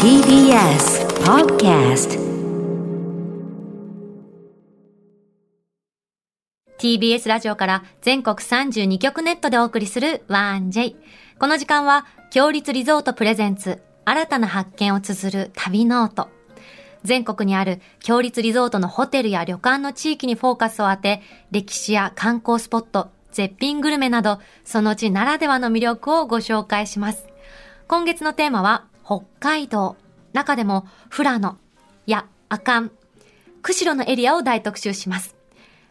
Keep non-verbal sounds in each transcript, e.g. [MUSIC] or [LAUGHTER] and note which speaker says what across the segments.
Speaker 1: TBS Podcast
Speaker 2: TBS ラジオから全国32局ネットでお送りする 1J。この時間は、強立リゾートプレゼンツ、新たな発見を綴る旅ノート。全国にある強立リゾートのホテルや旅館の地域にフォーカスを当て、歴史や観光スポット、絶品グルメなど、その地ならではの魅力をご紹介します。今月のテーマは、北海道。中でも、富良野、や、阿寒、釧路のエリアを大特集します。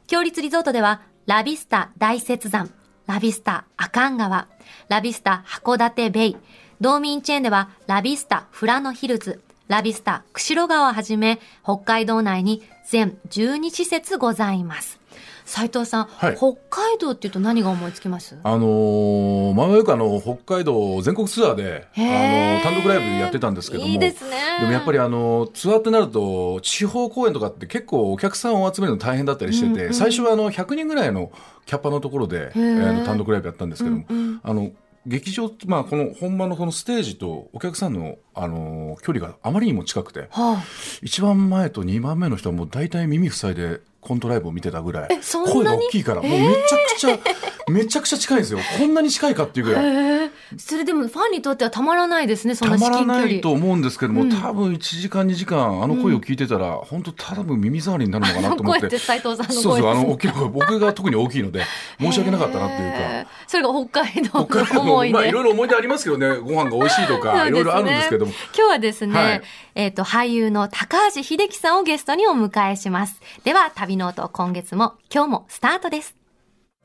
Speaker 2: 強立リゾートでは、ラビスタ大雪山、ラビスタ阿寒川、ラビスタ函館ベイ、道民チェーンでは、ラビスタ富良野ヒルズ、ラビスタ釧路川をはじめ、北海道内に全12施設ございます。斉藤さん、
Speaker 3: はい
Speaker 2: 北海道っていうと何が思いつきます
Speaker 3: あのー前のよくあの北海道全国ツアーで、あの
Speaker 2: へー
Speaker 3: 単独ライブやってたんですけども
Speaker 2: いいですね。
Speaker 3: でもやっぱりあのツアーってなると地方公演とかって結構お客さんを集めるの大変だったりしてて、
Speaker 2: うんうん
Speaker 3: 最初はあの100人ぐらいのキャパのところで、えーあの単独ライブやったんですけども、
Speaker 2: うんうん
Speaker 3: あの劇場、まあ、この本番のこのステージとお客さんの、あのー距離があまりにも近くて
Speaker 2: はあ
Speaker 3: 一番前と二番目の人はもう大体耳塞いでコントライブを見てたぐらい
Speaker 2: えそんなに
Speaker 3: 声が大きいからもうめちゃくちゃ、めちゃくちゃ近いんですよこんなに近いかっていうぐらい。
Speaker 2: ええそれでもファンにとってはたまらないですね、そん
Speaker 3: た
Speaker 2: な至
Speaker 3: まら
Speaker 2: 近距離。
Speaker 3: ないと思うんですけども、
Speaker 2: うん
Speaker 3: 多分1時間2時間あの声を聞いてたら、本当多分耳障りになるのかなと思っ
Speaker 2: [LAUGHS] 声ってて斉藤さんの声です
Speaker 3: そうそうあの大きな声僕が特に大きいので申し訳なかったな
Speaker 2: [LAUGHS]
Speaker 3: っていう
Speaker 2: へ
Speaker 3: か
Speaker 2: ー。それが北海道
Speaker 3: 北海
Speaker 2: の
Speaker 3: 道
Speaker 2: 思いで。
Speaker 3: まあいろいろ思い出ありますけどねご飯が美味しいと
Speaker 2: そうです
Speaker 3: か
Speaker 2: ね
Speaker 3: いろいろあるんですけども、
Speaker 2: 今日はですね、
Speaker 3: はい
Speaker 2: えっ、と、俳優の高橋秀樹さんをゲストにお迎えします。では、旅ノート、今月も、今日もスタートです。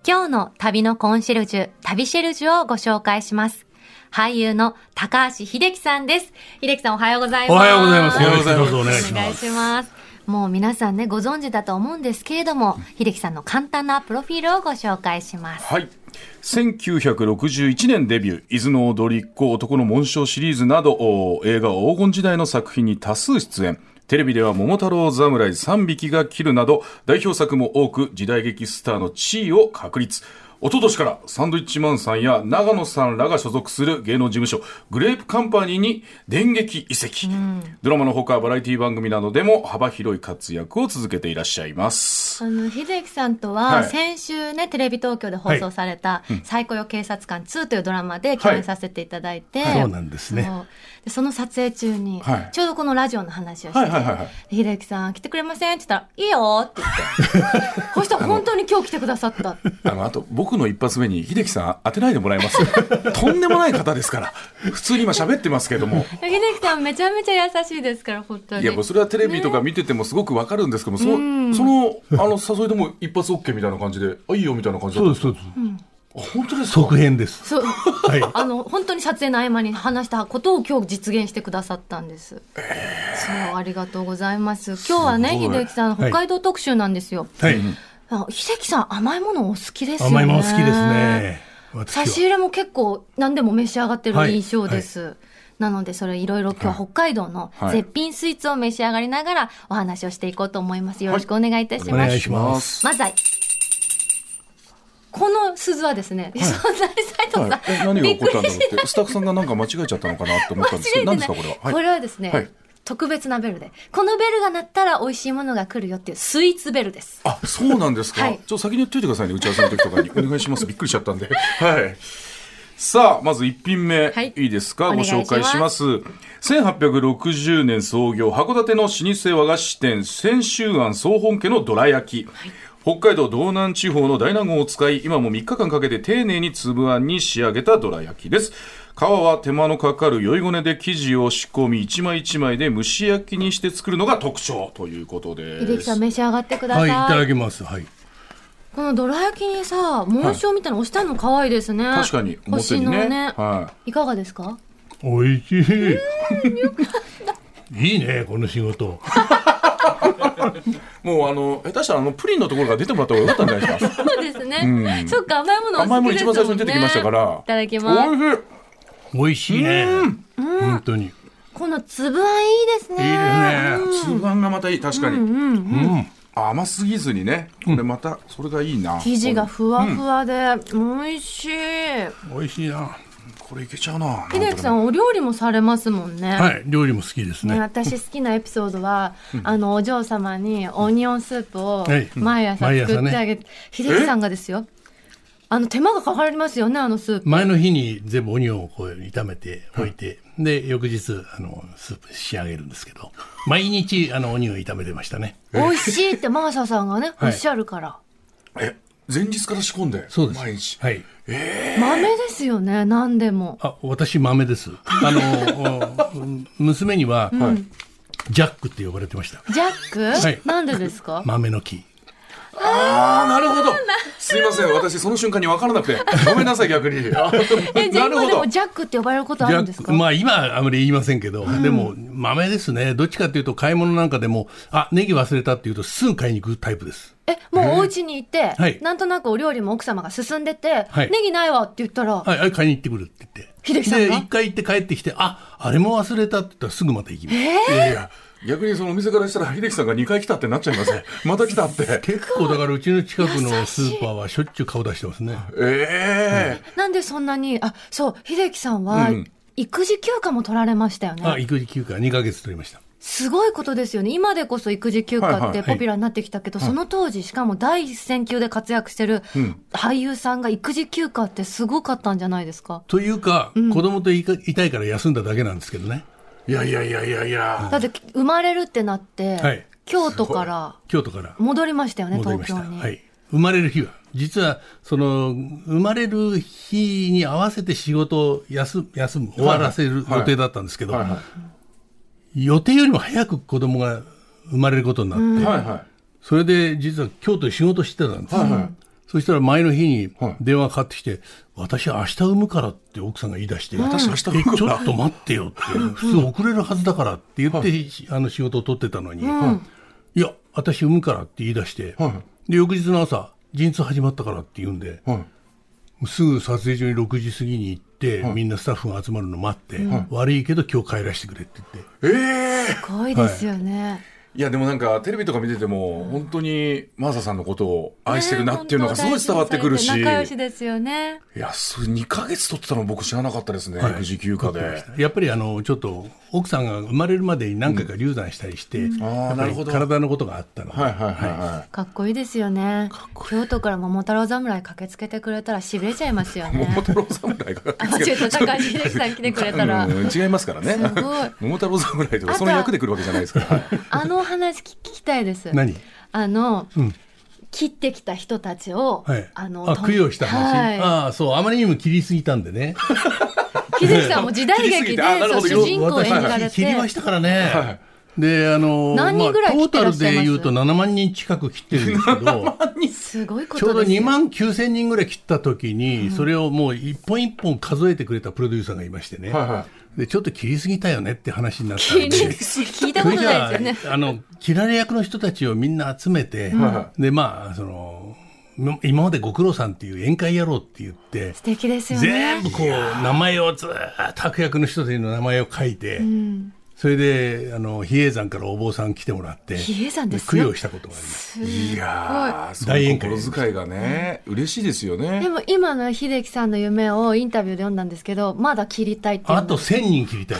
Speaker 2: 今日の旅のコンシェルジュ、旅シェルジュをご紹介します。俳優の高橋秀樹さんです。秀樹さんおはようございます。
Speaker 4: おはようございます。よろしくどうぞお
Speaker 2: お
Speaker 4: 願いし
Speaker 2: 願
Speaker 4: ま
Speaker 2: い
Speaker 4: す。
Speaker 2: します。もう皆さんね、ご存知だと思うんですけれども、秀樹さんの簡単なプロフィールをご紹介します。
Speaker 3: はい1961年デビュー「伊豆の踊りっ子男の紋章」シリーズなどお映画黄金時代の作品に多数出演テレビでは「桃太郎侍3匹が斬る」など代表作も多く時代劇スターの地位を確立一昨年からサンドイッチマンさんや長野さんらが所属する芸能事務所グレープカンパニーに電撃移籍、ドラマのほかバラエティ番組などでも幅広い活躍を続けていらっしゃいます
Speaker 2: あの秀樹さんと
Speaker 3: は
Speaker 2: はい先週ね、テレビ東京で放送された「最高よ警察官2」というドラマで共演させていただいて、
Speaker 4: はいそうなんですね
Speaker 2: そうでその撮影中に、
Speaker 3: はい
Speaker 2: ちょうどこのラジオの話をして、
Speaker 3: はいはいはいは
Speaker 2: で
Speaker 3: い
Speaker 2: 秀樹さん来てくれませんって言ったら「いいよ」って言ってそしたら本当に今日来てくださった
Speaker 3: あの、あと、僕の一発目に、秀樹さん当てないでもらえます [LAUGHS] とんでもない方ですから。普通に今喋ってますけども。
Speaker 2: で秀樹さんめちゃめちゃ優しいですから本当に
Speaker 3: いや、もうそれはテレビとか見ててもすごくわかるんですけども、その、その、あの、誘いでも一発 OK みたいな感じで、あ、いいよみたいな感じ
Speaker 4: そう
Speaker 3: で。
Speaker 4: です、そうです。
Speaker 3: あ本当ですか
Speaker 4: 続編です。
Speaker 2: そう
Speaker 4: はい。
Speaker 2: あの本当に撮影の合間に話したことを今日実現してくださったんです。そうありがとうございます。今日はね
Speaker 3: すごい
Speaker 2: 秀樹さん
Speaker 4: は
Speaker 2: 北
Speaker 4: い
Speaker 2: 海道特集なんですよ。
Speaker 4: はい。
Speaker 2: あ秀樹さん甘いものお好きですよね。
Speaker 4: 甘いもの好きです。ね。私
Speaker 2: 差
Speaker 4: は。
Speaker 2: し入れも結構何でも召し上がってる
Speaker 4: はい
Speaker 2: 印象です。なのでそれいろいろ今日は北海道の
Speaker 3: はい
Speaker 2: 絶品スイーツを召し上がりながらお話をしていこうと思います。よろしくお願いいたします。
Speaker 4: お願いします。
Speaker 2: まずはこの鈴はですね、 [LAUGHS] そんなに斉藤
Speaker 3: はい、え
Speaker 2: さん、
Speaker 3: 何が
Speaker 2: びっ
Speaker 3: 起こ
Speaker 2: く
Speaker 3: っ
Speaker 2: り
Speaker 3: たんだろうって、スタッフさんがなんか間違えちゃったのかなって思ったんですけど、何ですか、これは。
Speaker 2: こ
Speaker 3: はい。
Speaker 2: れはですね、
Speaker 3: はい
Speaker 2: 特別なベルで、このベルが鳴ったら美味しいものが来るよっていうスイーツベルです。
Speaker 3: あ、そうなんですか。
Speaker 2: はい
Speaker 3: ちょっと先に言っといてくださいね、打ち合わせの時とか
Speaker 2: [LAUGHS]
Speaker 3: に。お願いします。びっくりしちゃったんで。はい。さあ、まず1品目、
Speaker 2: はい
Speaker 3: い、いですか
Speaker 2: お
Speaker 3: ご
Speaker 2: 願いします
Speaker 3: 紹介します。1860年創業、函館の老舗和菓子店、千秋庵総本家のどら焼き。北海道道南地方の大納言を使い、今も3日間かけて丁寧に粒あんに仕上げたどら焼きです。皮は手間のかかる酔いごねで生地を仕込み、一枚一枚で蒸し焼きにして作るのが特徴ということです。
Speaker 2: 秀樹さん召し上がってくださ。
Speaker 4: はいい、いただきます。はい。
Speaker 2: このどら焼きにさ、紋章みたいなの押したの可愛いですね。
Speaker 3: 確かに表
Speaker 2: 星
Speaker 3: に
Speaker 2: の
Speaker 3: ね
Speaker 2: ね。
Speaker 3: はい
Speaker 2: かがですか？
Speaker 4: おいしい。いいね、この仕事。
Speaker 3: い、もうあの下手したらあのプリンのところから出てもらった方が良かったんじゃないですか
Speaker 2: そうですね。そっか甘いものお
Speaker 3: 甘い
Speaker 2: 好きですもんね。
Speaker 3: もの一番最初に出てきましたから
Speaker 2: いただきます。
Speaker 3: おいしい
Speaker 4: おいしいね。本当に。いい
Speaker 2: この粒あんいいですね。
Speaker 4: ですね。
Speaker 3: 粒あんがまたいい確かに、甘すぎずにねこれまたそれがいいな
Speaker 2: 生地がふわふわで、美味しい。
Speaker 4: おいしいな。
Speaker 3: これいけちゃうな
Speaker 2: 秀樹さんお料理もされますもんね。
Speaker 4: はい、料理も好きです
Speaker 2: ね、
Speaker 4: ね。
Speaker 2: 私好きなエピソードは、あのお嬢様にオニオンスープを
Speaker 4: はい
Speaker 2: 毎朝
Speaker 4: 毎
Speaker 2: 作
Speaker 4: 朝
Speaker 2: って
Speaker 4: ね
Speaker 2: あげて、秀樹さんがですよあの手間がかかりますよねあのスープ
Speaker 4: 前の日に全部オニオンをこう炒めておいて、で翌日あのスープに仕上げるんですけど毎日あのオニオン炒めてましたね
Speaker 2: 美味しいってマーサさんがね、
Speaker 4: はい
Speaker 2: おっしゃるから
Speaker 3: え前日から仕込んで毎日
Speaker 4: はい
Speaker 2: 豆ですよね何でも
Speaker 4: あ私豆ですあのお娘には、ジャックって呼ばれてました
Speaker 2: ジャック、
Speaker 4: はい
Speaker 2: なんでですか
Speaker 4: 豆の木
Speaker 3: ああなるほどすいません私その瞬間に分からなくてごめんなさい
Speaker 2: [LAUGHS]
Speaker 3: 逆にな
Speaker 2: えじゃあ今
Speaker 3: る
Speaker 2: で
Speaker 3: ほど
Speaker 2: もジャックって呼ばれることあ
Speaker 4: ジ
Speaker 2: る
Speaker 4: ャ
Speaker 2: んです
Speaker 4: ッ
Speaker 2: か
Speaker 4: クまあ今あまり言いませんけど、でも豆ですねどっちかというと買い物なんかでもあネギ忘れたっていうとすぐ買いに行くタイプです
Speaker 2: えもうお家にいて、
Speaker 4: はい
Speaker 2: なんとなくお料理も奥様が進んでて、
Speaker 4: はい
Speaker 2: ネギないわって言ったら、
Speaker 4: はい、はい、買いに行ってくるって言って。
Speaker 2: 秀樹さん
Speaker 4: で、
Speaker 2: が
Speaker 4: 一回行って帰ってきて、あ、あれも忘れたって言ったらすぐまた行きます。
Speaker 3: いやいや逆にそのお店からしたら秀樹さんが2回来たってなっちゃいます
Speaker 2: [LAUGHS]
Speaker 3: ねまた来たって
Speaker 4: 結構だからうちの近くのスーパーはしょっちゅう顔出してますね。
Speaker 3: ええ
Speaker 2: なんでそんなにあそう秀樹さんは、
Speaker 3: うん
Speaker 2: 育児休暇も取られましたよね、
Speaker 4: あ、育児休暇2ヶ月取りました。
Speaker 2: すごいことですよね今でこそ育児休暇っ
Speaker 3: はいはい
Speaker 2: て
Speaker 3: はい
Speaker 2: ポピュラーになってきたけど、その当時しかも第一線級で活躍してる俳優さんが育児休暇ってすごかったんじゃないですか
Speaker 4: というか、子供といかいたいから休んだだけなんですけどね。
Speaker 3: いやいやいやいやいや
Speaker 2: だって生まれるってなって、
Speaker 4: はい
Speaker 2: 京都から
Speaker 4: 京都から
Speaker 2: 戻りましたよね
Speaker 4: 戻り
Speaker 2: 東
Speaker 4: ました。
Speaker 2: 京に、
Speaker 4: はい。生まれる日は。実は、その、生まれる日に合わせて仕事を休む休む、終わらせる
Speaker 3: はい
Speaker 4: 予定だったんですけど、
Speaker 3: はいは
Speaker 4: 予定よりも早く子供が生まれることになって、
Speaker 3: いはいは
Speaker 4: それで実は京都で仕事してたんです、
Speaker 3: はいはい
Speaker 4: そしたら前の日に
Speaker 3: はい
Speaker 4: 電話かかってきて、私明日産むからって奥さんが言い出して、
Speaker 3: 私明日産むから
Speaker 4: えちょっと待ってよって、普通遅れるはずだからって言って、あの仕事を取ってたのに、いや、私産むからって言い出して、
Speaker 3: は
Speaker 4: で、翌日の朝、陣痛始まったからって言うんで、
Speaker 3: いはい
Speaker 4: すぐ撮影所に6時過ぎに行って、みんなスタッフが集まるの待って、悪いけど今日帰らせてくれって言って、
Speaker 3: ええ
Speaker 2: すごいですよね、
Speaker 3: いやでもなんかテレビとか見てても本当にマーサさんのことを愛してるなっていうのがすごい伝わってくるし、
Speaker 2: ね仲良し
Speaker 3: い
Speaker 2: ですよね
Speaker 3: やそれ2ヶ月取ってたの僕知らなかったですね、
Speaker 4: はい
Speaker 3: 育児休暇で。
Speaker 4: やっぱりあのちょっと奥さんが生まれるまでに何回か流産したりして、
Speaker 3: あ
Speaker 4: や
Speaker 3: ーな
Speaker 4: っぱ
Speaker 3: る
Speaker 4: り
Speaker 3: ほど
Speaker 4: 体のことがあったので、
Speaker 3: はいはいはいはい。
Speaker 2: かっこいいですよね京都から桃太郎侍駆けつけてくれたらしびれちゃいますよね
Speaker 3: 桃太郎侍が
Speaker 2: あちょっと高橋秀樹さん来てくれたら
Speaker 3: うん違いますからね
Speaker 2: すごい
Speaker 3: 桃太郎侍と
Speaker 2: あ
Speaker 3: か
Speaker 2: と
Speaker 3: その役で来るわけじゃないですから
Speaker 2: あのお話聞きたいです。
Speaker 4: 何
Speaker 2: あの、
Speaker 4: ん
Speaker 2: 切ってきた人たちを、
Speaker 4: はい、
Speaker 2: あの、と
Speaker 4: 供養した話、
Speaker 2: はい、
Speaker 4: ああそうあまりにも切りすぎたんでね
Speaker 2: 木崎さんも時代
Speaker 4: [LAUGHS]
Speaker 2: 劇で、
Speaker 3: あなる
Speaker 2: そう
Speaker 3: ほど
Speaker 2: 主人公を演じられ
Speaker 4: 私切りま
Speaker 2: て
Speaker 4: し。たからね、
Speaker 3: は
Speaker 4: であの
Speaker 2: 何人ぐらい
Speaker 4: ま
Speaker 2: 切
Speaker 4: あ、
Speaker 2: っ
Speaker 4: ト
Speaker 2: てら
Speaker 4: ータ
Speaker 2: っ
Speaker 4: ル
Speaker 2: しゃい
Speaker 4: で
Speaker 2: ます
Speaker 4: 言うと7万人近く切ってるんですけど
Speaker 2: すごいこ
Speaker 4: ちょう
Speaker 2: と
Speaker 4: ど
Speaker 2: ですよ。
Speaker 4: 2万9千人ぐらい切った時に、それをもう一本一本数えてくれたプロデューサーがいましてね、
Speaker 3: はいは
Speaker 4: でちょっと切りすぎたよねって話になったん
Speaker 2: 切
Speaker 4: で
Speaker 2: り聞いた
Speaker 4: そ
Speaker 2: こ
Speaker 4: れ
Speaker 2: と
Speaker 4: じ
Speaker 2: な
Speaker 4: ゃ
Speaker 2: い
Speaker 4: あ
Speaker 2: ですよね。
Speaker 4: あの切られ役の人たちをみんな集めて、
Speaker 3: は
Speaker 4: でまあそのも今までご苦労さんっていう宴会やろうって言って
Speaker 2: 素敵ですよ
Speaker 4: 全
Speaker 2: ね。
Speaker 4: 部こう名前をずーっと悪役の人たちの名前を書いて、それであの比叡山からお坊さん来てもらって
Speaker 2: 比叡山です
Speaker 4: 供
Speaker 2: よ
Speaker 4: 養したことがあります
Speaker 2: すご
Speaker 3: い
Speaker 2: い
Speaker 3: いやーそ
Speaker 4: 大宴会
Speaker 3: の心遣いがね嬉しいですよ
Speaker 2: で
Speaker 3: ね
Speaker 2: も今の秀樹さんの夢をインタビューで読んだんですけど、まだ切りたいっていう
Speaker 4: あ
Speaker 2: の
Speaker 4: と1000人切りたい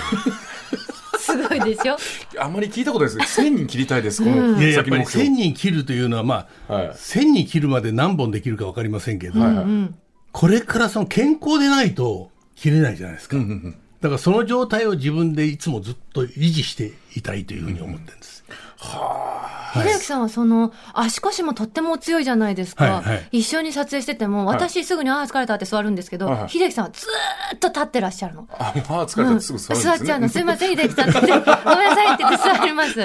Speaker 2: すごいで
Speaker 4: [LAUGHS]
Speaker 2: しょ。
Speaker 3: あんまり聞いたことないですけど1000人切りたいですこの
Speaker 4: いややっ
Speaker 3: 先
Speaker 4: ぱ
Speaker 3: の
Speaker 4: り
Speaker 3: 目標
Speaker 4: 1000人切るというのはまあ、
Speaker 3: はい
Speaker 4: 1000人切るまで何本できるか分かりませんけど、
Speaker 3: はいはい
Speaker 4: これからその健康でないと切れないじゃないですか、だからその状態を自分でいつもずっと維持していたいというふうに思ってるんです、
Speaker 2: 秀樹さんはその足腰もとってもお強いじゃないですか、
Speaker 4: はいはい
Speaker 2: 一緒に撮影してても私すぐに「ああ疲れた」って座るんですけど、
Speaker 3: はいはい
Speaker 2: 秀樹さんはずーっと立ってらっしゃるの。
Speaker 3: あまあ疲れたらすぐ座るんです
Speaker 2: 座
Speaker 3: ね
Speaker 2: っちゃうの、すいません、秀樹さんって言って、ごめんなさいって言って座り
Speaker 3: [LAUGHS]
Speaker 2: ます。秀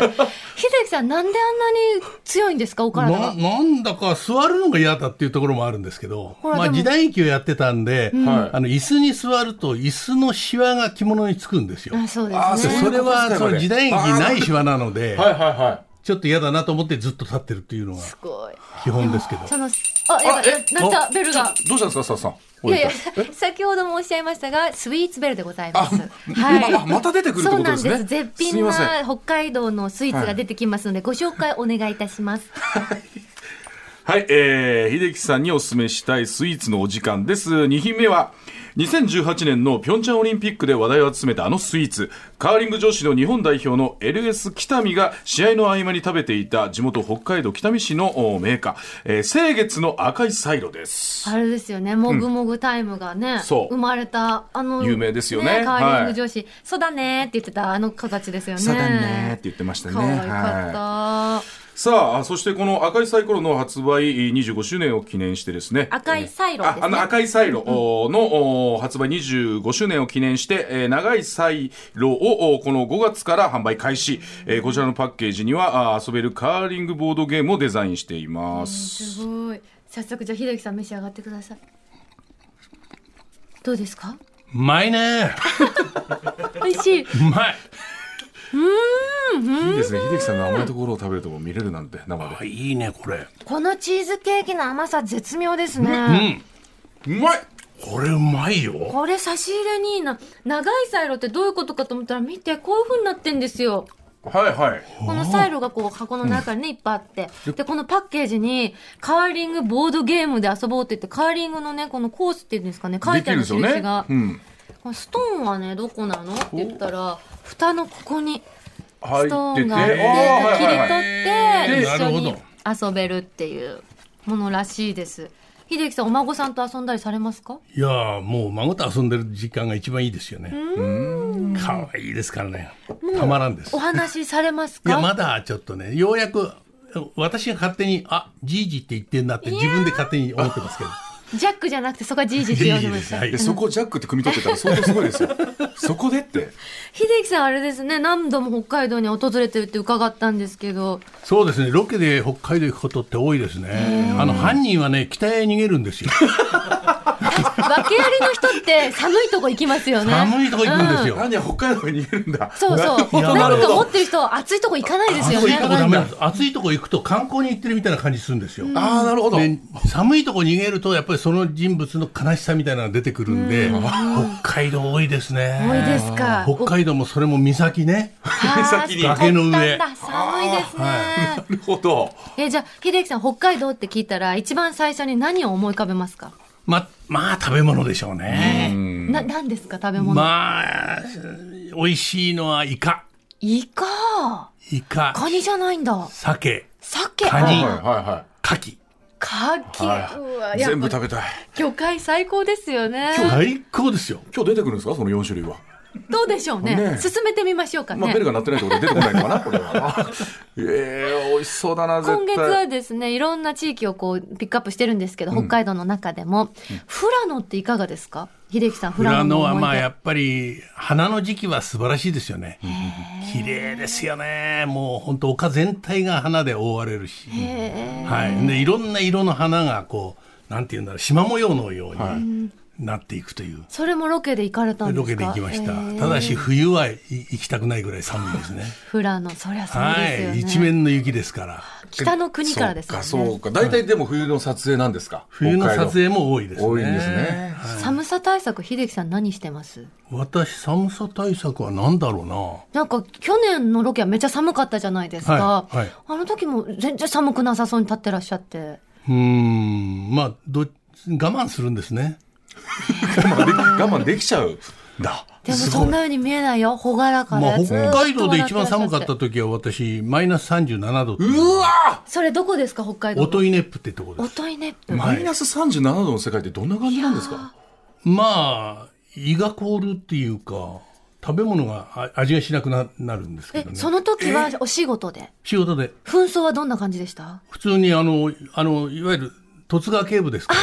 Speaker 2: 樹さん、なんであんなに強いんですか、お体
Speaker 4: な
Speaker 2: が。
Speaker 4: なんだか座るのが嫌だっていうところもあるんですけど、
Speaker 2: ほら
Speaker 4: まあ、
Speaker 2: でも
Speaker 4: 時代劇をやってたんで、
Speaker 3: はい
Speaker 4: あの椅子に座ると椅子のシワが着物につくんですよ。
Speaker 2: あそうで
Speaker 3: あ
Speaker 2: す
Speaker 4: で
Speaker 2: ね。
Speaker 4: それは
Speaker 3: そう
Speaker 4: その時代劇にないシワなので、
Speaker 3: はいはいはい
Speaker 4: ちょっと嫌だなと思ってずっと立ってるっていうのが
Speaker 2: すごい。
Speaker 4: 基本ですけど。
Speaker 2: その、あ、やばい、鳴った、ベルが。
Speaker 3: どうしたんですかスタッフさん
Speaker 2: いやいや、先ほどもおっしゃいましたが、スイーツベルでございます。
Speaker 3: まあまた出てくるってことですね
Speaker 2: そうなんです。絶
Speaker 3: すい
Speaker 2: 品
Speaker 3: ませ
Speaker 2: な北海道のスイーツが出てきますので、ご紹介お願いいたします。
Speaker 3: はい、えー、秀樹さんにお勧めしたいスイーツのお時間です。2品目は、 2018年のピョンチャンオリンピックで話題を集めたあのスイーツカーリング女子の日本代表の LS 北見が試合の合間に食べていた地元北海道北見市のお銘菓、えー、清月の赤いサイロです
Speaker 2: あれですよね、もぐもぐタイムがね、
Speaker 3: そう
Speaker 2: 生まれた、あの、
Speaker 3: 有名ですよね
Speaker 2: カーリング女子、そうだねって言ってたあの形ですよね。
Speaker 3: そうだねって言ってましたね
Speaker 2: 可愛かった。
Speaker 3: さあそしてこの赤いサイコロの発売25周年を記念してですね
Speaker 2: 赤いサイロですね
Speaker 3: ああの赤いサイロおーのおー発売25周年を記念して、えー長いサイロをおーこの5月から販売開始、えーこちらのパッケージにはあー遊べるカーリングボードゲームをデザインしています、
Speaker 2: すごい。早速じゃあ秀樹さん召し上がってください。どうですか？
Speaker 4: うまいね
Speaker 2: 美味しい。
Speaker 4: うまい
Speaker 3: いいですね秀樹さんが甘いところを食べるとこ見れるなんて生で
Speaker 4: あいいねこれ
Speaker 2: このチーズケーキの甘さ絶妙ですね。
Speaker 3: うまい
Speaker 4: これうまいよ
Speaker 2: これ差し入れにいいな。長いサイロってどういうことかと思ったら見てこういう風になってんですよ。
Speaker 3: はいはい
Speaker 2: このサイロがこう箱の中にねいっぱいあって、でこのパッケージにカーリングボードゲームで遊ぼうって言ってカーリングのねこのコースっていうんですかね書い
Speaker 3: で
Speaker 2: てあ
Speaker 3: きるん
Speaker 2: る
Speaker 3: ですよね
Speaker 2: 印が、
Speaker 3: うん
Speaker 2: このストーンはねどこなのって言ったら蓋のここにス
Speaker 3: 入ってて
Speaker 2: トーンが
Speaker 3: あ
Speaker 2: あ
Speaker 3: ー
Speaker 2: って
Speaker 3: はいはいはい
Speaker 2: 切り取って
Speaker 4: はい
Speaker 2: 一緒
Speaker 4: な
Speaker 2: に
Speaker 4: る
Speaker 2: 遊べるっていうものらしいです秀樹さんお孫さんと遊んだりされますか
Speaker 4: いやーもう孫と遊んでる時間が一番いいですよね可愛いですからねたまらんです
Speaker 2: お話しされます
Speaker 4: いや、
Speaker 2: か
Speaker 4: まだちょっとね、ようやく、私が勝手に、あ、じいじって言ってんなって自分で勝手に思ってますけど。
Speaker 2: ジャックじゃなくてそこはジージーって
Speaker 4: [LAUGHS]
Speaker 2: 呼んでました
Speaker 4: ジージーですはい
Speaker 3: でそこをジャックって組み取ってたら相当すごい
Speaker 2: [LAUGHS]
Speaker 3: ですよそこでって
Speaker 2: 秀樹さんあれですね何度も北海道に訪れてるって伺ったんですけど
Speaker 4: そうですね、ロケで北海道行くことって多いですね。あの、犯人はね、北へ逃げるんですよ。
Speaker 2: 訳ありの人って寒いとこ行きますよね
Speaker 4: 寒いとこ行くんですよ。
Speaker 3: 何や北海道に逃げるんだ
Speaker 2: そうそう
Speaker 4: いや
Speaker 2: 何
Speaker 4: なるほ
Speaker 2: か
Speaker 4: ど
Speaker 2: 持ってる人は暑いとこ行かないです
Speaker 4: 暑
Speaker 2: よ
Speaker 4: いとこダ
Speaker 2: ね
Speaker 4: メなんです。暑いとこ行くと観光に行ってるみたいな感じするんですよ。
Speaker 3: ああなるほど
Speaker 4: で寒いとこ逃げるとやっぱりその人物の悲しさみたいなのが出てくるんで、北海道多いですね
Speaker 2: 多いですか
Speaker 4: 北海道もそれも岬ね
Speaker 2: あー
Speaker 3: 先に
Speaker 4: 崖の上
Speaker 2: 凍ったんだ寒いですね、
Speaker 3: なるほど
Speaker 2: えじゃあ秀樹さん北海道って聞いたら一番最初に何を思い浮かべますか、
Speaker 4: ままあ食べ物でしょうね、
Speaker 2: な何ですか食べ物、
Speaker 4: まあ、美味しいのはイカ、
Speaker 2: イカ
Speaker 4: イカ、
Speaker 2: カニじゃないんだ
Speaker 4: 鮭、
Speaker 2: 鮭
Speaker 4: カ
Speaker 3: は
Speaker 4: ニ
Speaker 3: い
Speaker 4: うん
Speaker 3: はいは
Speaker 4: カキ。
Speaker 2: カキ、
Speaker 3: い、
Speaker 2: うわ
Speaker 3: はい、
Speaker 2: やっ
Speaker 3: 全
Speaker 2: ぱ
Speaker 3: 部食べたい
Speaker 2: 魚介最高ですよね
Speaker 4: 最高ですよ。
Speaker 3: 今日出てくるんですかその4種類は、
Speaker 2: どうでしょうね
Speaker 3: ね
Speaker 2: 進めてみましょうかね、
Speaker 3: まあベルが鳴ってないってことで出てこないのかなこれは [LAUGHS] ええ美味しそうだな絶
Speaker 2: 今
Speaker 3: 対
Speaker 2: 月はですねいろんな地域をこうピックアップしてるんですけど北海道の中でも、富良野っていかがですか秀樹さん富
Speaker 4: 富
Speaker 2: 良
Speaker 4: 良
Speaker 2: 野の思
Speaker 4: 野
Speaker 2: い
Speaker 4: は
Speaker 2: 出
Speaker 4: まあやっぱり花の時期は素晴らしいですよね。綺麗ですよね。もう本当丘全体が花で覆われるし。はい。で、いろんな色の花がこう、なんていうんだろう、縞模様のようになっていくという。
Speaker 2: それもロケで行かれたんですか
Speaker 4: ロケで行きました
Speaker 2: えー。
Speaker 4: ただし冬はい行きたくないぐらい寒いです
Speaker 2: [LAUGHS]
Speaker 4: ね。
Speaker 2: 富良野そりゃそう
Speaker 4: は
Speaker 2: ですよね、
Speaker 4: い。一面の雪ですから。
Speaker 2: 北の国からですよね
Speaker 3: そうかそうか大体でも冬の撮影なんですか
Speaker 4: 冬の撮
Speaker 3: 北海
Speaker 4: 影も多いですね。
Speaker 3: 道多いんですね [LAUGHS]
Speaker 2: 寒さ対策秀樹さん何してます
Speaker 4: 私寒さ対策は何だろうな
Speaker 2: なんか去年のロケはめっちゃ寒かったじゃないですか、
Speaker 4: はいはい
Speaker 2: あの時も全然寒くなさそうに立ってらっしゃって
Speaker 4: うーんまあど我慢するんですね
Speaker 3: 我慢でき我慢できちゃうんだ
Speaker 2: でもそんなように見えないよ朗らかで、
Speaker 4: まあ、
Speaker 2: ずー
Speaker 4: 北
Speaker 2: っと
Speaker 4: 海道で一番寒かっ
Speaker 2: 笑
Speaker 4: た時は私マイナス37度っていう
Speaker 3: うわ
Speaker 2: それどこですか北海道
Speaker 4: 音イネップってとこで
Speaker 2: お
Speaker 4: す
Speaker 2: といねっぷ、
Speaker 3: マイナス37度の世界ってどんな感じなんですか
Speaker 4: まあ胃が凍るっていうか食べ物があ味がしなくななるんですけ
Speaker 2: え
Speaker 4: どね
Speaker 2: その時はお仕事で
Speaker 4: 仕事で
Speaker 2: 紛争はどんな感じでした
Speaker 4: 普通にあのあのいわゆる十津川警部ですか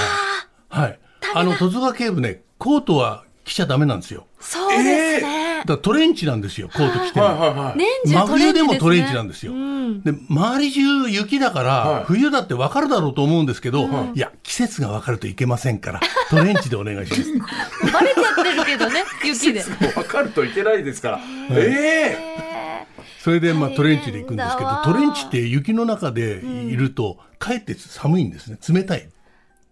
Speaker 4: らはいあの十津川警部ねコートは着ちゃダメなんですよ
Speaker 2: そうですね
Speaker 4: だ、からトレンチなんですよコート着てる
Speaker 3: はいはいはい
Speaker 2: 年
Speaker 4: 真
Speaker 2: 中トレンチ
Speaker 4: 冬でもトレンチ
Speaker 2: ね
Speaker 4: なんですよ。
Speaker 2: うん
Speaker 4: で周り中雪だから、
Speaker 3: はい
Speaker 4: 冬だってわかるだろうと思うんですけど、いや季節がわかるといけませんからトレンチでお願いします。
Speaker 2: バレちゃってるけどね雪で
Speaker 3: 分かるといけないですからええ
Speaker 4: それでまあトレンチで行くんですけ
Speaker 2: 大変
Speaker 4: ど
Speaker 2: だわ
Speaker 4: トレンチって雪の中でいると、かえって寒いんですね冷たい。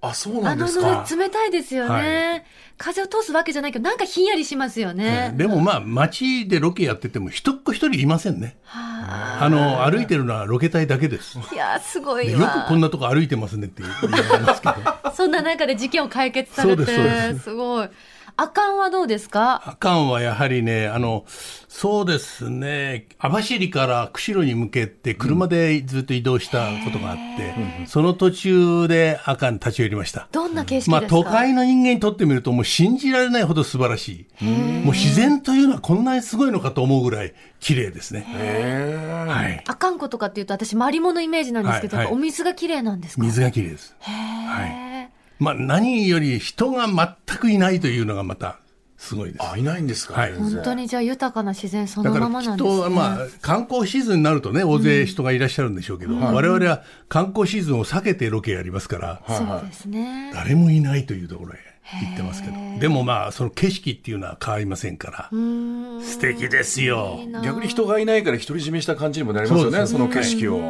Speaker 3: あそうな
Speaker 2: あ
Speaker 3: んで
Speaker 2: の
Speaker 3: すか
Speaker 2: 布冷たいですよね、
Speaker 4: は
Speaker 2: 風を通すわけじゃないけどなんかひんやりしますよね、
Speaker 4: でもまあ街でロケやってても一っ子一人いませんね。
Speaker 2: は
Speaker 4: あの歩いてるのはロケ隊だけです。
Speaker 2: あいやーすご
Speaker 4: で
Speaker 2: い
Speaker 4: よくこん
Speaker 2: わ
Speaker 4: なと
Speaker 2: [LAUGHS]
Speaker 4: こ歩いてますねって言われますけど。
Speaker 2: そんな中で事件を解決され
Speaker 4: そうですそうで
Speaker 2: て
Speaker 4: す
Speaker 2: すごいあかんはどうですか
Speaker 4: 阿寒はやはりね、あの、そうですね、網走から釧路に向けて車でずっと移動したことがあって、その途中で阿寒立ち寄りました。
Speaker 2: どんな景色ですか、
Speaker 4: まあ、都会の人間にとってみるともう信じられないほど素晴らしい。もう自然というのはこんなにすごいのかと思うぐらい綺麗ですね。はい。
Speaker 2: あかんことかっていうと私マリモのイメージなんですけど、
Speaker 4: はいはい
Speaker 2: お水が綺麗なんですか
Speaker 4: 水が綺麗です。はい。まあ、何より人が全くいないというのがまたすごいです。
Speaker 3: あいないんですか、
Speaker 4: はい
Speaker 3: 全然
Speaker 2: 本当にじゃあ豊かな自然そ
Speaker 4: だ
Speaker 2: の
Speaker 4: か
Speaker 2: ま
Speaker 4: ら
Speaker 2: ま
Speaker 4: き
Speaker 2: なん
Speaker 4: っ
Speaker 2: ですね
Speaker 4: と、まあ、観光シーズンになるとね、大勢人がいらっしゃるんでしょうけど、我々は観光シーズンを避けてロケやりますから、
Speaker 2: そうですね
Speaker 4: 誰もいないというところへ行ってますけど、でもまあ、その景色っていうのは変わりませんから、素敵ですよ。
Speaker 3: 逆に人がいないから独り占めした感じにもなりますよね
Speaker 4: そうです
Speaker 3: その景色を、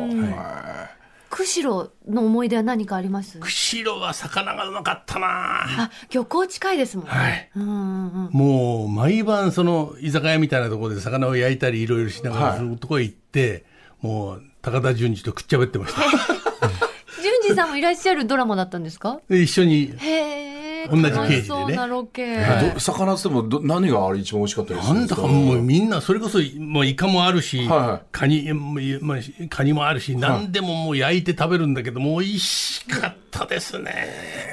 Speaker 2: 釧路の思い出は何かあります
Speaker 4: 釧路は魚がうまかったな
Speaker 2: あ漁港近いですもんね、
Speaker 4: はい
Speaker 2: うんうんうん
Speaker 4: もう毎晩その居酒屋みたいなところで魚を焼いたりいろいろしながら
Speaker 3: はい
Speaker 4: そういうとこへ行って、もう高田純次とくっちゃべってました
Speaker 2: 淳二さんもいらっしゃるドラマだったんです
Speaker 4: [LAUGHS]
Speaker 2: か
Speaker 4: で一緒に
Speaker 2: へえ
Speaker 4: 同じ刑事でね
Speaker 2: 楽しそうなロケ、
Speaker 3: ど魚っつってもど何があれ一番美味しかったです
Speaker 4: なんだかもうみんなそれこそもうイカもあるし、
Speaker 3: はいはい
Speaker 4: カニもいまあカニもあるし、何でももう焼いて食べるんだけどもう美味しかったですね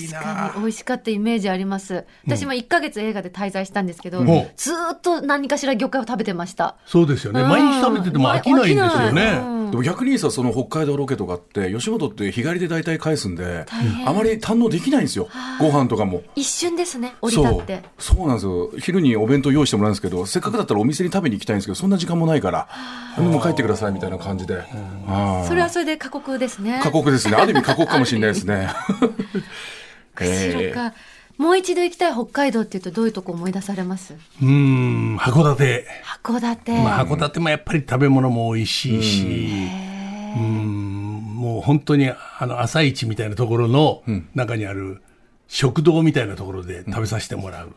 Speaker 4: いい
Speaker 2: 確
Speaker 4: な
Speaker 2: かに美味しかったイメージあります私も1ヶ月映画で滞在したんですけど、
Speaker 4: ん
Speaker 2: ずーっと何かしら魚介を食べてました
Speaker 4: そうですよね
Speaker 2: うん
Speaker 4: 毎日食べてても飽きないんですよね
Speaker 3: でも逆にさその北海道ロケとかって吉本って日帰りで大体返すんで
Speaker 2: 変
Speaker 3: あまり堪能できないんですよご飯とかも。
Speaker 2: 一瞬ですね降り立
Speaker 3: そ
Speaker 2: っ
Speaker 3: う
Speaker 2: て
Speaker 3: そうなんですよ昼にお弁当用意してもらうんですけどせっかくだったらお店に食べに行きたいんですけどそんな時間もないから「もう帰ってください」みたいな感じで
Speaker 2: そ
Speaker 3: はい
Speaker 2: れはそれで過酷ですね
Speaker 3: 過酷ですねある意味過酷かもしれないですね
Speaker 2: 釧路か、もう一度行きたい北海道っていうとどういうとこ思い出されます
Speaker 4: うーん函館
Speaker 2: 函館、
Speaker 4: まあ、函館もやっぱり食べ物も美味しいし、うんもう本当にあの朝市みたいなところの中にある食堂みたいなところで食べさせてもらう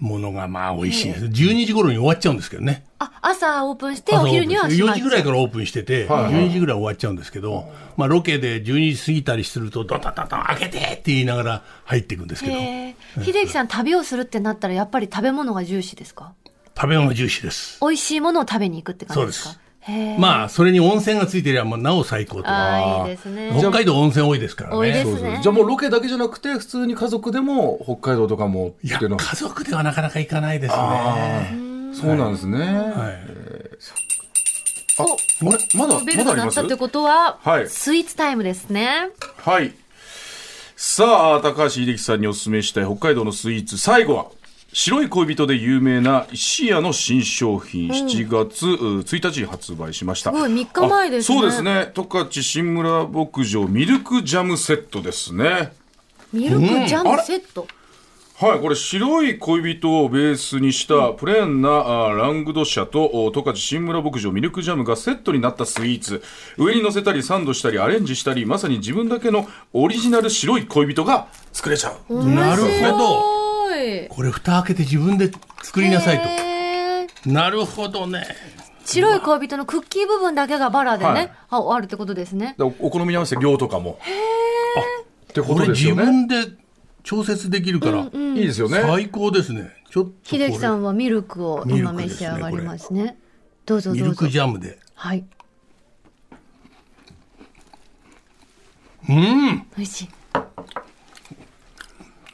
Speaker 4: ものがまあ美味しいです。12時頃に終わっちゃうんですけどね。
Speaker 2: あ朝オープンしてお昼には閉
Speaker 4: 4
Speaker 2: まっ
Speaker 4: 時
Speaker 2: ちゃう
Speaker 4: ぐらいからオープンしてて、
Speaker 3: はいはい
Speaker 4: 12時ぐらい終わっちゃうんですけど、まあロケで12時過ぎたりすると、ドタドタ開けてって言いながら入っていくんですけど、
Speaker 2: へー秀樹さん旅をするってなったらやっぱり食べ物が重視ですか
Speaker 4: 食べ物重視です。
Speaker 2: 美味しいものを食べに行くって感じですか
Speaker 4: そう
Speaker 2: へー
Speaker 4: まあ、それに温泉がついてりゃ、まあ、なお最高と。
Speaker 2: あーいいですね
Speaker 4: 北海道温泉多いですからね。
Speaker 2: 多いです
Speaker 3: そうそうじゃあもうロケだけじゃなくて普通に家族でも北海道とかもって
Speaker 4: い
Speaker 3: い
Speaker 4: や、
Speaker 3: うの
Speaker 4: 家族ではなかなか行かないですね。
Speaker 3: あ
Speaker 4: は
Speaker 3: ーそうなんですね、
Speaker 4: い。
Speaker 2: お
Speaker 3: あれまだ
Speaker 2: ベル
Speaker 3: まだ
Speaker 2: が
Speaker 3: あり
Speaker 2: 鳴
Speaker 3: ま
Speaker 2: っ
Speaker 3: す
Speaker 2: たってことは、
Speaker 3: はい
Speaker 2: スイーツタイムですね
Speaker 3: はい。さあ、高橋秀樹さんにお勧めしたい北海道のスイーツ、最後は、白い恋人で有名な石屋の新商品、7月う1日に発売しました。
Speaker 2: すごい三日前ですね
Speaker 3: あそうですね。十勝新村牧場ミルクジャムセットですね。
Speaker 2: ミルクジャムセット、
Speaker 3: はい、これ白い恋人をベースにしたプレーンな、あーラングドシャとお十勝新村牧場ミルクジャムがセットになったスイーツ上に乗せたりサンドしたりアレンジしたりまさに自分だけのオリジナル白い恋人が作れちゃう
Speaker 4: なるほど。
Speaker 2: おーい
Speaker 4: これ蓋開けて自分で作りなさいと。
Speaker 2: へー
Speaker 4: なるほどね。
Speaker 2: 白い恋人のクッキー部分だけがバラでね、
Speaker 3: はい
Speaker 2: ああるってことですね
Speaker 3: だお好みに合わせて量とかもあってこ
Speaker 4: ことれ
Speaker 3: です
Speaker 4: 自
Speaker 3: よね
Speaker 4: 分で調節できるから、
Speaker 3: いいですよね
Speaker 4: 最高ですね。ちょっとこれ
Speaker 2: 秀樹さんはミルクを今
Speaker 4: ミルク
Speaker 2: 召
Speaker 4: で
Speaker 2: し
Speaker 4: すね
Speaker 2: 上がりますねどうぞ
Speaker 4: ミ
Speaker 2: どう
Speaker 4: ル
Speaker 2: ぞ
Speaker 4: クジャムで。
Speaker 2: はい
Speaker 4: うん。
Speaker 2: 美味しい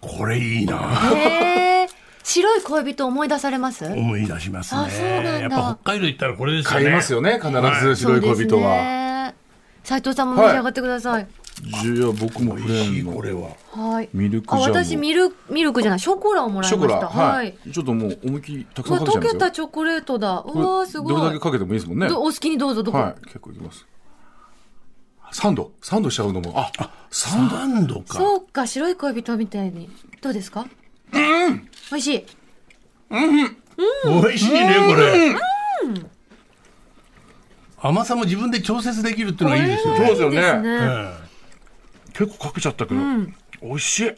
Speaker 4: これいいな。
Speaker 2: へ
Speaker 3: [LAUGHS]
Speaker 2: ー白い恋人思い出されます
Speaker 4: 思い出します
Speaker 2: あそうなんだ
Speaker 4: ね。やっぱ北海道行ったらこれですよね。
Speaker 3: 買いますよね必ず白い
Speaker 2: そうで
Speaker 3: 恋
Speaker 2: す
Speaker 3: 人は、
Speaker 2: ね斉藤さんも召し上がってください
Speaker 3: じゃあ僕もプレ
Speaker 4: 美味し
Speaker 3: ー
Speaker 4: い。
Speaker 3: ンの
Speaker 4: これは。
Speaker 2: はい
Speaker 3: ミルクジャ
Speaker 2: あ
Speaker 3: ムを
Speaker 2: 私ミルミルクじゃないショコラをもらい
Speaker 3: ショコ
Speaker 2: ま
Speaker 3: ラ
Speaker 2: した
Speaker 3: は
Speaker 2: はいい、
Speaker 3: ちょっともう思いっきりたく
Speaker 2: う
Speaker 3: さん
Speaker 2: わ
Speaker 3: かけちゃ
Speaker 2: 溶
Speaker 3: いま
Speaker 2: け
Speaker 3: すよ
Speaker 2: たチョコレートだう
Speaker 3: こ
Speaker 2: わ
Speaker 3: れ
Speaker 2: すごい
Speaker 3: どれだけかけてもいいですもんね
Speaker 2: どお好きにどうぞどこ、
Speaker 3: はい、結構いきます。サンド、サンドしちゃうのも、あ、あサンド。
Speaker 4: サンドか。
Speaker 2: そうか白い恋人みたいにどうですかうん美味しい
Speaker 4: 美味しいねこれ甘さも自分で調節できるっていうのがいいですよね、
Speaker 3: ですよね
Speaker 2: ですね
Speaker 3: 結構かけちゃったけど、美味しい。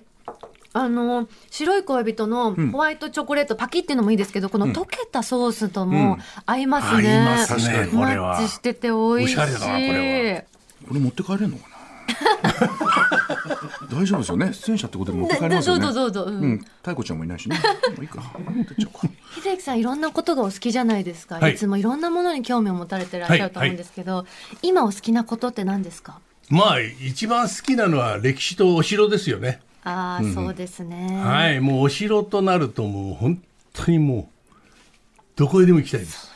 Speaker 2: あの白い恋人のホワイトチョコレートパキっていうのもいいですけどこの溶けたソースとも合いますね
Speaker 4: 合いますねこれ
Speaker 2: マ
Speaker 4: は
Speaker 2: ッチしてて美味しい
Speaker 4: おしゃれだなこれ
Speaker 2: [LAUGHS]
Speaker 3: これ持って帰れるのかな。大丈夫ですよね出演者ってことで持って帰り
Speaker 2: ど
Speaker 3: ますよ
Speaker 2: う
Speaker 3: ね
Speaker 2: ぞどうぞ。う
Speaker 3: うんん太子ちゃんもいないしね
Speaker 2: [LAUGHS]
Speaker 3: もういいか持ってっちゃおうか
Speaker 2: 秀樹さんいろんなことがお好きじゃないですか、
Speaker 4: はい
Speaker 2: い、つもいろんなものに興味を持たれてらっしゃると思うんですけど、今お好きなことって何ですか
Speaker 4: まあ一番好きなのは歴史とお城ですよね、
Speaker 2: ああ、そうですね、
Speaker 4: はいもうお城となるともう本当にもうどこへでも行きたいです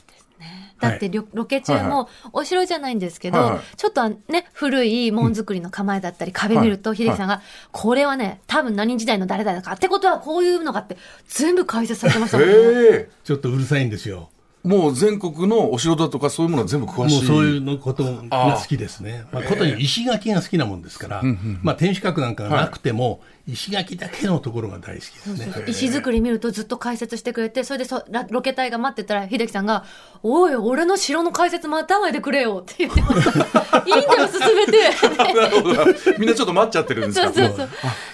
Speaker 2: だってロロケ中
Speaker 3: はいは
Speaker 2: もお城じゃないんですけど、
Speaker 3: はいはい
Speaker 2: ちょっとね古いもんづくりの構えだったり壁見ると
Speaker 3: はい
Speaker 2: 秀樹さんが、これはね多分何時代の誰々だかってことはこういうのがあって全部解説されてましたもんね。
Speaker 3: ええ
Speaker 4: ちょっとうるさいんですよ
Speaker 3: もう全国のお城だとかそういうものは全部詳
Speaker 4: もう
Speaker 3: しい
Speaker 4: そういうのことが好きですね。まあ、ことに石垣が好きなもんですから、まあ、天守閣なんかがなくても、石垣だけのところが大好きですね。
Speaker 2: 石造り見るとずっと解説してくれてそれでそラロケ隊が待ってたら秀樹さんが「おい俺の城の解説待たないでくれよ」って言ってました
Speaker 3: [LAUGHS]
Speaker 2: いいんだよ進めて
Speaker 3: [LAUGHS] なるほどみんなちょっと待っちゃってるんです
Speaker 2: そ
Speaker 3: か
Speaker 2: うそうそう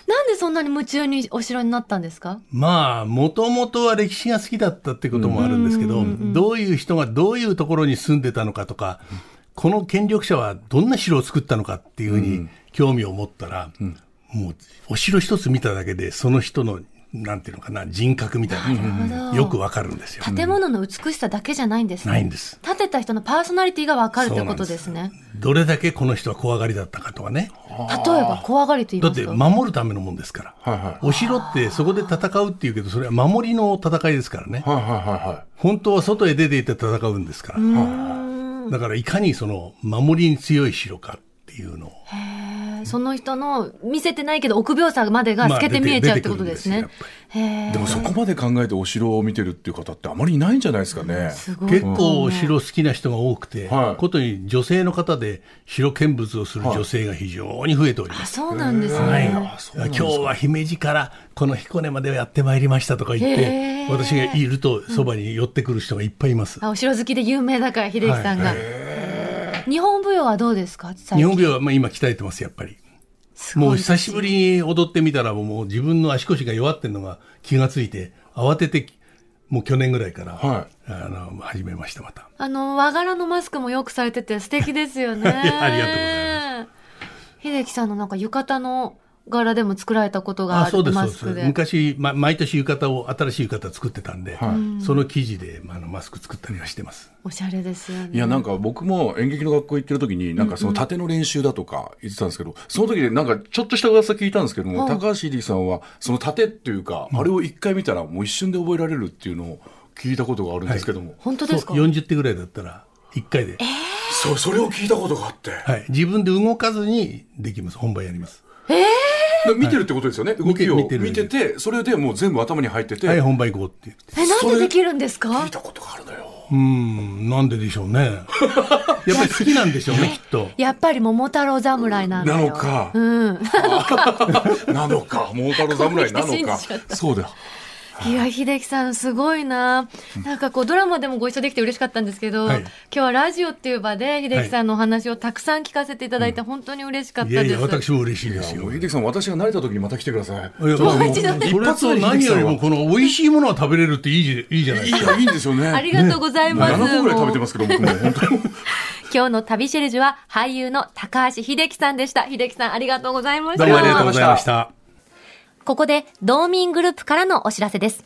Speaker 2: なんでそんなに夢中にお城になったんですか
Speaker 4: まあ、もともとは歴史が好きだったってこともあるんですけど、どういう人がどういうところに住んでたのかとか、この権力者はどんな城を作ったのかっていうふうに興味を持ったら、もう、お城一つ見ただけで、その人の、なんていうのかな、人格みたいなの
Speaker 2: なるほ
Speaker 4: が
Speaker 2: ど
Speaker 4: よくわかるんですよ。
Speaker 2: 建物の美しさだけじゃないんですね
Speaker 4: ないんです。
Speaker 2: 建てた人のパーソナリティが分かるということですね
Speaker 4: どれだけこの人は怖がりだったかとかね。
Speaker 2: 例えば怖がりと言い
Speaker 4: だ
Speaker 2: ま
Speaker 4: っ
Speaker 2: す
Speaker 4: て
Speaker 2: と
Speaker 4: 守るためのもんですから。
Speaker 3: はいはい
Speaker 4: お城ってそこで戦うっていうけど、それは守りの戦いですからね。
Speaker 3: はいはいはいはい
Speaker 4: 本当は外へ出ていって戦うんですから。だからいかにその守りに強い城かっていうのを。
Speaker 2: その人の見せてないけど臆病さまでが透けて見えちゃうってことですね
Speaker 4: まあ出て出てくるんですよや
Speaker 2: へ
Speaker 4: っぱり
Speaker 2: え
Speaker 3: でもそこまで考えてお城を見てるっていう方ってあまりいないんじゃないですかね。
Speaker 2: すごい
Speaker 4: 結構お城好きな人が多くて、
Speaker 3: はい
Speaker 4: ことに女性の方で城見物をする女性が非常に増えております
Speaker 2: あ。そうなんです
Speaker 4: はい、
Speaker 2: ね
Speaker 4: 今日は姫路からこの彦根までやってまいりましたとか言っ
Speaker 2: へ
Speaker 4: て
Speaker 2: ー
Speaker 4: 私がいるとそばに寄ってくる人がいっぱいいます、
Speaker 2: あお城好きで有名だから秀樹さんが、日本舞踊はどうですか
Speaker 4: 日本舞踊はまあ今鍛えてますやっぱりもう久しぶ
Speaker 2: り
Speaker 4: りに踊ってみたらもう自分の足腰が弱ってんのが気がついて慌ててもう去年ぐらいから、
Speaker 3: は
Speaker 4: あの始めましたまた
Speaker 2: あの和柄のマスクもよくされてて素敵です
Speaker 4: [LAUGHS]
Speaker 2: よね
Speaker 4: ありがとうござ
Speaker 2: います秀樹さんのなんか浴衣の柄でも作られたことがあ
Speaker 4: あそうで
Speaker 2: る
Speaker 4: すそ
Speaker 2: マ
Speaker 4: うで
Speaker 2: スク
Speaker 4: す
Speaker 2: で
Speaker 4: 昔、ま、毎年浴衣を新しい浴衣作ってたんで、
Speaker 3: はい
Speaker 4: その生地で、まあ、あのマスク作ったりはしてます
Speaker 2: おしゃれですよね
Speaker 3: い、いやなんか僕も演劇の学校行ってる時になんかその縦の練習だとか言ってたんですけどその時でなんかちょっとした噂聞いたんですけども
Speaker 2: はい
Speaker 3: 高橋英樹さんはその縦っていうかあれを一回見たらもう一瞬で覚えられるっていうのを聞いたことがあるんですけども
Speaker 2: 本当ですか
Speaker 4: そう40手ぐらいだったら1回で
Speaker 3: そそれを聞いたことがあって
Speaker 4: はい、自分で動かずにできます本番やります
Speaker 3: で見てるってことですよね動きを
Speaker 4: 見てる
Speaker 3: 見ててそれでもう全部頭に入ってて
Speaker 4: はい
Speaker 3: 聞
Speaker 4: 本番行こうって言って
Speaker 2: えなんでできるんですか
Speaker 3: いたことがあるのよ
Speaker 4: うーんなんででしょうねやっぱり好きなんでしょうねきっと
Speaker 2: やっぱり桃太郎侍なんだよ
Speaker 3: なのか
Speaker 2: うん
Speaker 3: なのか桃太郎侍な
Speaker 2: この人
Speaker 3: の
Speaker 2: 信
Speaker 3: か
Speaker 2: じちゃった
Speaker 3: そうだ
Speaker 2: いや秀樹さんすごいななんかこうドラマでもご一緒できて嬉しかったんですけど、
Speaker 4: はい
Speaker 2: 今日はラジオっていう場で秀樹さんのお話をたくさん聞かせていただいて本当に嬉しかった
Speaker 4: い
Speaker 2: です、
Speaker 4: やいや私も嬉しいです
Speaker 3: も
Speaker 4: よ
Speaker 3: う秀
Speaker 4: い
Speaker 3: 樹さん私が慣れた時にまた来てください
Speaker 4: や
Speaker 3: ちょっと
Speaker 4: もう
Speaker 2: 一度ね
Speaker 4: これと何よりもこの美味しいものを食べれるっていいじいいじゃない
Speaker 3: い
Speaker 4: ですか
Speaker 3: やいいんですよね
Speaker 2: ありがとうございます、
Speaker 3: 7個ぐらい食べてますけど僕も本当に
Speaker 2: 今日の旅シェルジュは俳優の高橋秀樹さんでした秀樹さんありがとうございました
Speaker 4: どうもありがとうございました
Speaker 2: ここで、道民グループからのお知らせです。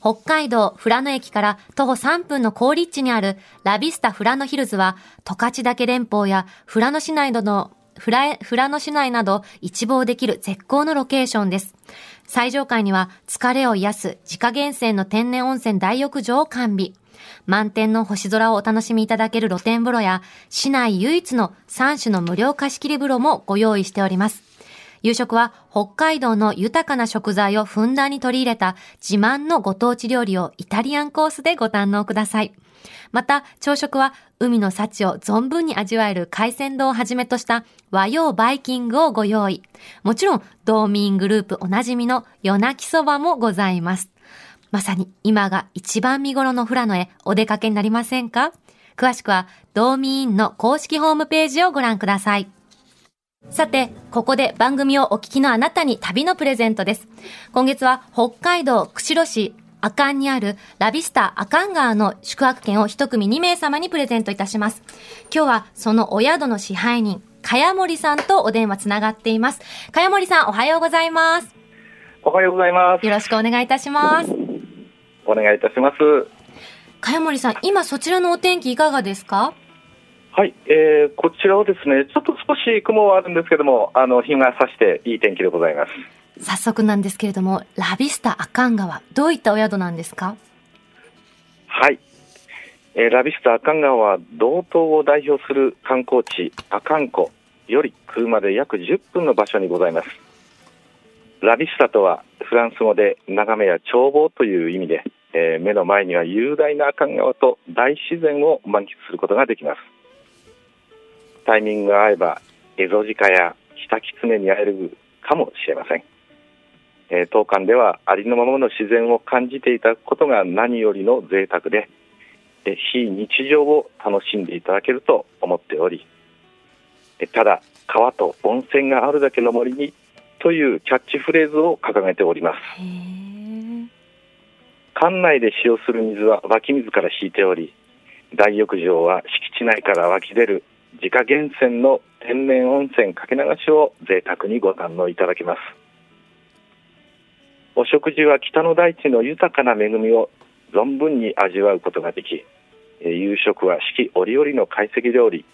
Speaker 2: 北海道富良野駅から徒歩3分の高立地にあるラビスタ富良野ヒルズは、十勝岳連峰や富良野市内などの、富良富良野市内など一望できる絶好のロケーションです。最上階には疲れを癒す自家源泉の天然温泉大浴場を完備。満天の星空をお楽しみいただける露天風呂や、市内唯一の3種の無料貸し切り風呂もご用意しております。夕食は北海道の豊かな食材をふんだんに取り入れた自慢のご当地料理をイタリアンコースでご堪能ください。また、朝食は海の幸を存分に味わえる海鮮丼をはじめとした和洋バイキングをご用意。もちろん、道民グループおなじみの夜泣きそばもございます。まさに今が一番見頃の富良野へお出かけになりませんか詳しくは、道民院の公式ホームページをご覧ください。さて、ここで番組をお聞きのあなたに旅のプレゼントです。今月は北海道釧路市阿寒にあるラビスタ阿寒川の宿泊券を一組2名様にプレゼントいたします。今日はそのお宿の支配人、茅森さんとお電話つながっています。茅森さん、おはようございます。
Speaker 5: おはようございます
Speaker 2: よ。ろしくお願いいたします。
Speaker 5: お願いいたします。
Speaker 2: 茅森さん、今そちらのお天気いかがですか
Speaker 5: はい、えー、こちらはですね、ちょっと少し雲はあるんですけども、あの日が差していい天気でございます。
Speaker 2: 早速なんですけれども、ラビスタ阿寒川、どういったお宿なんですか
Speaker 5: はい。えー、ラビスタ阿寒川は道東を代表する観光地阿寒湖より車で約10分の場所にございます。ラビスタとはフランス語で眺めや眺望という意味で、えー目の前には雄大な阿寒川と大自然を満喫することができます。タイミングが合えばエゾジカやキタキツネに会えるかもしれません。えー当館ではありのままの自然を感じていただくことが何よりの贅沢で、えー非日常を楽しんでいただけると思っており、えーただ川と温泉があるだけの森にというキャッチフレーズを掲げております。
Speaker 2: へー
Speaker 5: 館内で使用する水は湧き水から引いており大浴場は敷地内から湧き出る自家源泉の天然温泉かけ流しを贅沢にご堪能いただけますお食事は北の大地の豊かな恵みを存分に味わうことができえー夕食は四季折々の懐石料理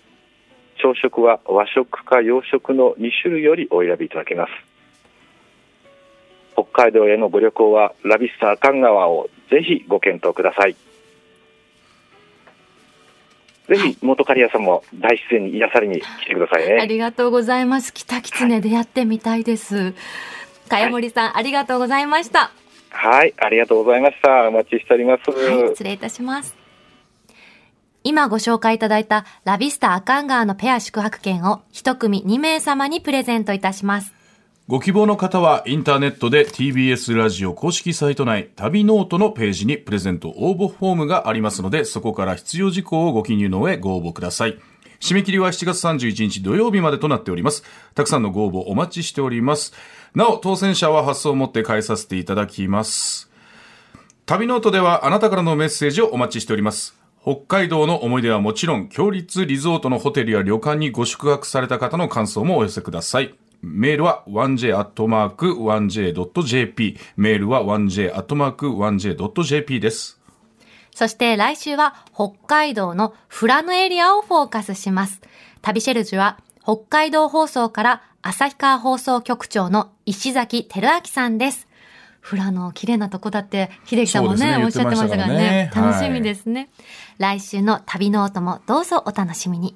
Speaker 5: 朝食は和食か洋食の2種類よりお選びいただけます北海道へのご旅行はラビスタ阿寒川をぜひご検討くださいぜひ元刈谷さんも大自然に癒されに来てください
Speaker 2: あ
Speaker 5: ね
Speaker 2: りがとうございます。北狐でやってみたいです。茅森さん、ありがとうございました。
Speaker 5: はいありがとうございましたお待ちしております、
Speaker 2: はい、失礼いたします。今ご紹介いただいたラビスタアカンガーのペア宿泊券を一組2名様にプレゼントいたします。
Speaker 3: ご希望の方はインターネットで TBS ラジオ公式サイト内旅ノートのページにプレゼント応募フォームがありますのでそこから必要事項をご記入の上ご応募ください締め切りは7月31日土曜日までとなっておりますたくさんのご応募お待ちしておりますなお当選者は発送をもって返させていただきます旅ノートではあなたからのメッセージをお待ちしております。北海道の思い出はもちろん、強立リゾートのホテルや旅館にご宿泊された方の感想もお寄せください。メールは 1j.1j.jp。メールは 1j.1j.jp です。
Speaker 2: そして来週は北海道の富良野エリアをフォーカスします。旅シェルジュは北海道放送から旭川放送局長の石崎輝明さんです。富良野、綺麗なとこだって、秀樹さんも
Speaker 3: そう
Speaker 2: ね、
Speaker 3: ですね
Speaker 2: おっしゃってましたからね。
Speaker 3: 言ってましたからね
Speaker 2: 楽しみですね、来週の旅ノートもどうぞお楽しみに。